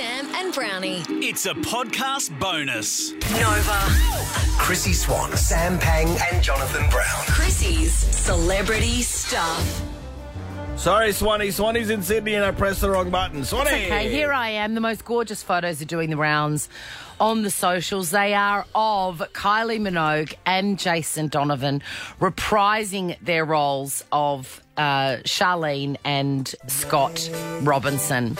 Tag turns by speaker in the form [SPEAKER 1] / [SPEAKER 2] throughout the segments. [SPEAKER 1] and Brownie.
[SPEAKER 2] It's a podcast bonus.
[SPEAKER 3] Chrissy Swan, Sam Pang, and Jonathan Brown.
[SPEAKER 1] Chrissy's Celebrity Stuff.
[SPEAKER 4] Sorry, Swanee. Swanee's in Sydney and I pressed the wrong button. Swanee!
[SPEAKER 5] Okay, here I am. The most gorgeous photos are doing the rounds on the socials. They are of Kylie Minogue and Jason Donovan reprising their roles of uh, Charlene and Scott Robinson.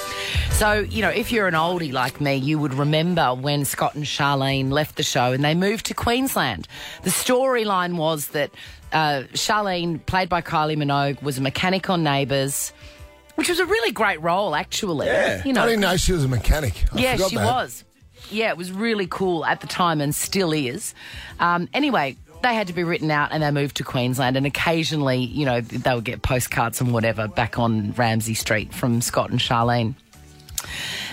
[SPEAKER 5] So, you know, if you're an oldie like me, you would remember when Scott and Charlene left the show and they moved to Queensland. The storyline was that uh, Charlene, played by Kylie Minogue, was a mechanic on Neighbours. Which was a really great role, actually.
[SPEAKER 4] Yeah.
[SPEAKER 5] You know,
[SPEAKER 6] I didn't know she was a mechanic. I
[SPEAKER 5] yeah,
[SPEAKER 6] forgot
[SPEAKER 5] she
[SPEAKER 6] that.
[SPEAKER 5] was. Yeah, it was really cool at the time and still is. Um, anyway, they had to be written out and they moved to Queensland. And occasionally, you know, they would get postcards and whatever back on Ramsey Street from Scott and Charlene.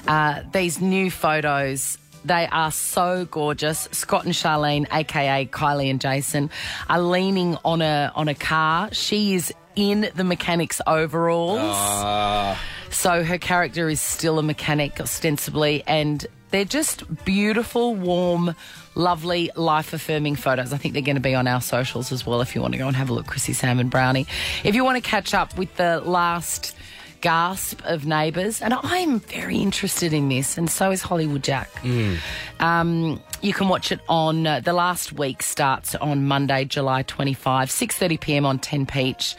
[SPEAKER 5] Uh, these new photos. They are so gorgeous. Scott and Charlene, aka Kylie and Jason, are leaning on a on a car. She is in the mechanic's overalls. So her character is still a mechanic, ostensibly, and they're just beautiful, warm, lovely, life affirming photos. I think they're going to be on our socials as well if you want to go and have a look, Chrissy, Sam, and Brownie. If you want to catch up with the last gasp of neighbours, and I'm very interested in this, and so is Hollywood Jack. Um, you can watch it on uh, the last week starts on Monday, July 25, 6:30 p.m. on 10 Peach.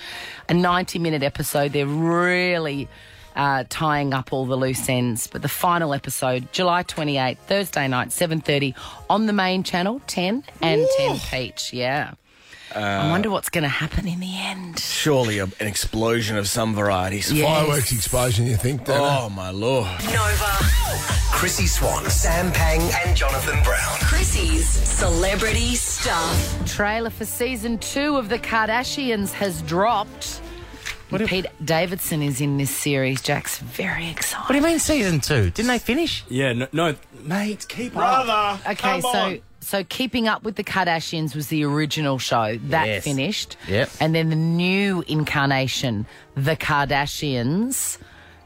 [SPEAKER 5] A 90-minute episode. They're really uh, tying up all the loose ends. But the final episode, July 28th, Thursday night, 7.30 on the main channel, 10 and 10 Peach. Yeah. I wonder what's going to happen in the end.
[SPEAKER 4] Surely a, an explosion of some varieties.
[SPEAKER 5] Yeah.
[SPEAKER 6] Fireworks explosion, you think? don't
[SPEAKER 4] Oh, my lord.
[SPEAKER 3] Chrissy Swan, Sam Pang, and Jonathan Brown.
[SPEAKER 1] Chrissy's Celebrity Stuff.
[SPEAKER 5] Trailer for season two of The Kardashians has dropped. Pete Davidson is in this series. Jack's very excited.
[SPEAKER 7] What do you mean season two? Didn't they finish?
[SPEAKER 2] Yeah, no, no mate, keep
[SPEAKER 4] Brother!
[SPEAKER 5] Okay,
[SPEAKER 4] come
[SPEAKER 5] so
[SPEAKER 4] on.
[SPEAKER 5] so Keeping Up with the Kardashians was the original show that
[SPEAKER 7] Yes.
[SPEAKER 5] finished.
[SPEAKER 7] Yep.
[SPEAKER 5] And then the new incarnation, The Kardashians,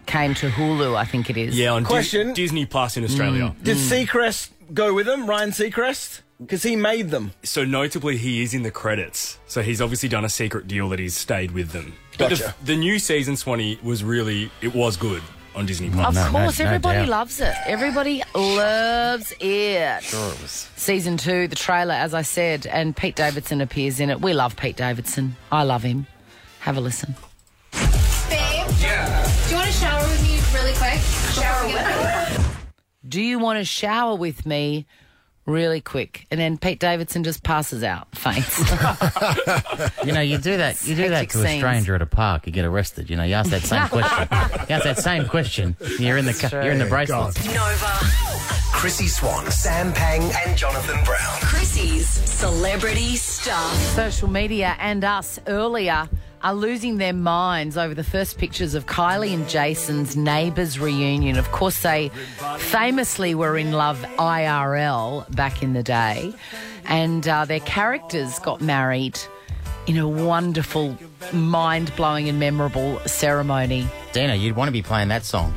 [SPEAKER 5] came to Hulu, I think it is.
[SPEAKER 2] Yeah, on Dis-
[SPEAKER 4] Question.
[SPEAKER 2] Disney Plus in Australia.
[SPEAKER 5] Mm.
[SPEAKER 4] Did Seacrest go with them? Ryan Seacrest? Because he made them.
[SPEAKER 2] So notably, he is in the credits. So he's obviously done a secret deal that he's stayed with them. But the,
[SPEAKER 4] Gotcha.
[SPEAKER 2] the new season, Swanee, was really it was good on Disney Plus.
[SPEAKER 5] Of
[SPEAKER 7] No, no,
[SPEAKER 5] course,
[SPEAKER 7] no
[SPEAKER 5] everybody
[SPEAKER 7] doubt.
[SPEAKER 5] loves it. Everybody loves it. Season two, the trailer, as I said, and Pete Davidson appears in it. We love Pete Davidson. I love him. Have a listen.
[SPEAKER 8] Babe? Yeah. Do you want to shower with me really quick? Shower with
[SPEAKER 5] Do you want to shower with me? Really quick, and then Pete Davidson just passes out, faints.
[SPEAKER 7] You know, you do that. You do that
[SPEAKER 5] Hectic
[SPEAKER 7] to a
[SPEAKER 5] scenes.
[SPEAKER 7] stranger at a park. You get arrested. You know, you ask that same question. You ask that same question. You're in the ca- you're in the bracelet.
[SPEAKER 3] Chrissy Swan, Sam Pang, and Jonathan Brown.
[SPEAKER 1] Chrissy's Celebrity Stuff.
[SPEAKER 5] Social media and us earlier are losing their minds over the first pictures of Kylie and Jason's neighbours reunion. Of course, they famously were in love IRL back in the day, and uh, their characters got married in a wonderful, mind blowing, and memorable ceremony.
[SPEAKER 7] Dina, you'd want to be playing that song.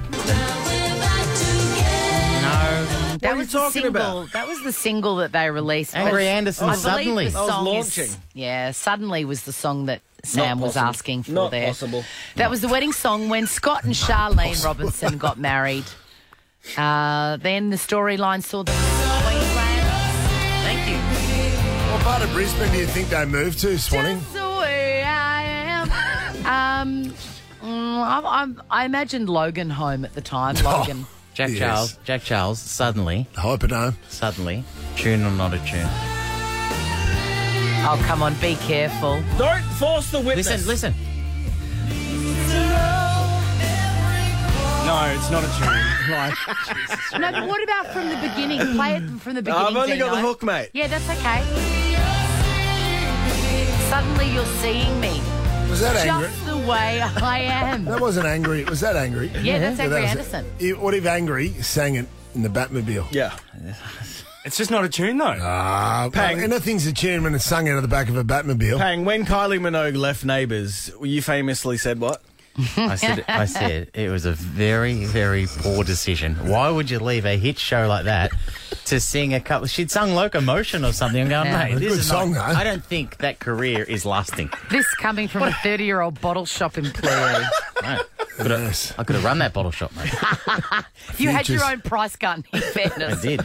[SPEAKER 7] No.
[SPEAKER 5] That
[SPEAKER 4] are you
[SPEAKER 5] was the
[SPEAKER 4] talking
[SPEAKER 5] single,
[SPEAKER 4] about?
[SPEAKER 5] That was the single that they released.
[SPEAKER 7] Angry
[SPEAKER 5] But
[SPEAKER 7] Anderson,
[SPEAKER 5] I believe
[SPEAKER 7] Suddenly.
[SPEAKER 5] the
[SPEAKER 7] That was
[SPEAKER 5] song is-
[SPEAKER 4] launching.
[SPEAKER 5] yeah, suddenly was the song that Sam was
[SPEAKER 4] possible.
[SPEAKER 5] asking for.
[SPEAKER 4] Not
[SPEAKER 5] there,
[SPEAKER 4] possible.
[SPEAKER 5] That was the wedding song when Scott and Charlene Robinson got married. Uh, then the storyline saw the Thank you.
[SPEAKER 6] What part of Brisbane do you think they moved to, Swanee?
[SPEAKER 5] That's the way I am. Um, mm, I, I, I imagined Logan home at the time. Logan.
[SPEAKER 7] Jack
[SPEAKER 6] Yes.
[SPEAKER 7] Charles. Jack Charles. Suddenly.
[SPEAKER 6] Hyperdome.
[SPEAKER 7] Suddenly. Tune or not a tune.
[SPEAKER 5] Oh, come on, be careful.
[SPEAKER 4] Don't force the witness.
[SPEAKER 7] Listen. Listen.
[SPEAKER 2] No, it's not a tune.
[SPEAKER 5] No, but what about from the beginning? Play it from the beginning.
[SPEAKER 4] I've only got the
[SPEAKER 5] Dino.
[SPEAKER 4] hook, mate.
[SPEAKER 5] Yeah, that's okay. Suddenly you're seeing me
[SPEAKER 6] Was that angry?
[SPEAKER 5] just the way I am.
[SPEAKER 6] That wasn't angry. Was that angry?
[SPEAKER 5] Yeah, that's Angry
[SPEAKER 6] that was-
[SPEAKER 5] Anderson.
[SPEAKER 6] If- What if angry sang it in the Batmobile?
[SPEAKER 4] Yeah.
[SPEAKER 2] It's just not a tune though.
[SPEAKER 6] Ah,
[SPEAKER 4] Pang.
[SPEAKER 6] Anything's a tune when it's sung out of the back of a Batmobile.
[SPEAKER 4] Pang, when Kylie Minogue left Neighbours, you famously said what?
[SPEAKER 7] I said, I said it was a very, very poor decision. Why would you leave a hit show like that to sing a couple? She'd sung Locomotion or something. I'm going,
[SPEAKER 5] Yeah.
[SPEAKER 7] mate, this
[SPEAKER 6] Good
[SPEAKER 7] is
[SPEAKER 6] song,
[SPEAKER 7] not,
[SPEAKER 6] though.
[SPEAKER 7] I don't think that career is lasting.
[SPEAKER 5] This coming from a 30 year old bottle shop employee.
[SPEAKER 7] No. Could have- I could have run that bottle shop, mate.
[SPEAKER 5] you had your
[SPEAKER 6] Futures.
[SPEAKER 5] own price cut,
[SPEAKER 7] I
[SPEAKER 5] in fairness.
[SPEAKER 7] did.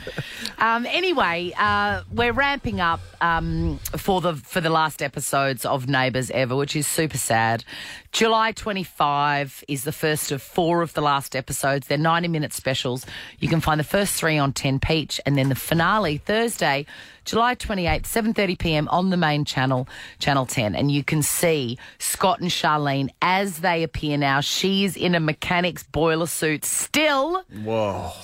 [SPEAKER 5] Um, anyway, uh, we're ramping up um, for the for the last episodes of Neighbours ever, which is super sad. July twenty five is the first of four of the last episodes. They're ninety minute specials. You can find the first three on Ten Peach, and then the finale Thursday, July twenty eighth, seven thirty p.m. on the main channel, Channel Ten, and you can see Scott and Charlene as they appear now. She is in a mechanic's boiler suit still.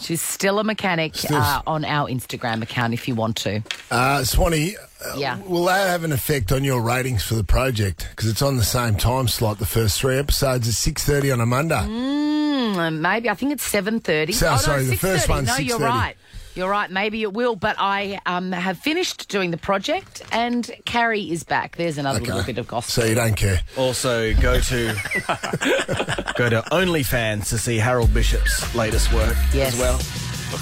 [SPEAKER 5] She's still a mechanic uh, on our Instagram account if you want to.
[SPEAKER 6] Uh, Swanee, uh,
[SPEAKER 5] Yeah.
[SPEAKER 6] will that have an effect on your ratings for the project? Because it's on the same time slot. The first three episodes at six thirty on a Monday.
[SPEAKER 5] Um, maybe I think it's seven thirty.
[SPEAKER 6] So- sorry, the first one's
[SPEAKER 5] No, you're
[SPEAKER 6] 6:30.
[SPEAKER 5] right. You're right. Maybe it will. But I um, have finished doing the project, and Carrie is back. There's another
[SPEAKER 6] Okay.
[SPEAKER 5] little bit of gossip.
[SPEAKER 6] So you don't care.
[SPEAKER 4] Also, go to go to OnlyFans to see Harold Bishop's latest work
[SPEAKER 5] Yes.
[SPEAKER 4] as well.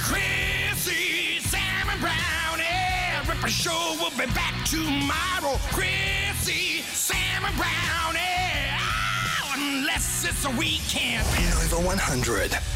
[SPEAKER 9] Chrissy, Sam, and Brownie. Ripper Show will be back tomorrow. Chrissy, Sam, Ah, and Brownie. Oh, unless it's a weekend.
[SPEAKER 3] Nova 100.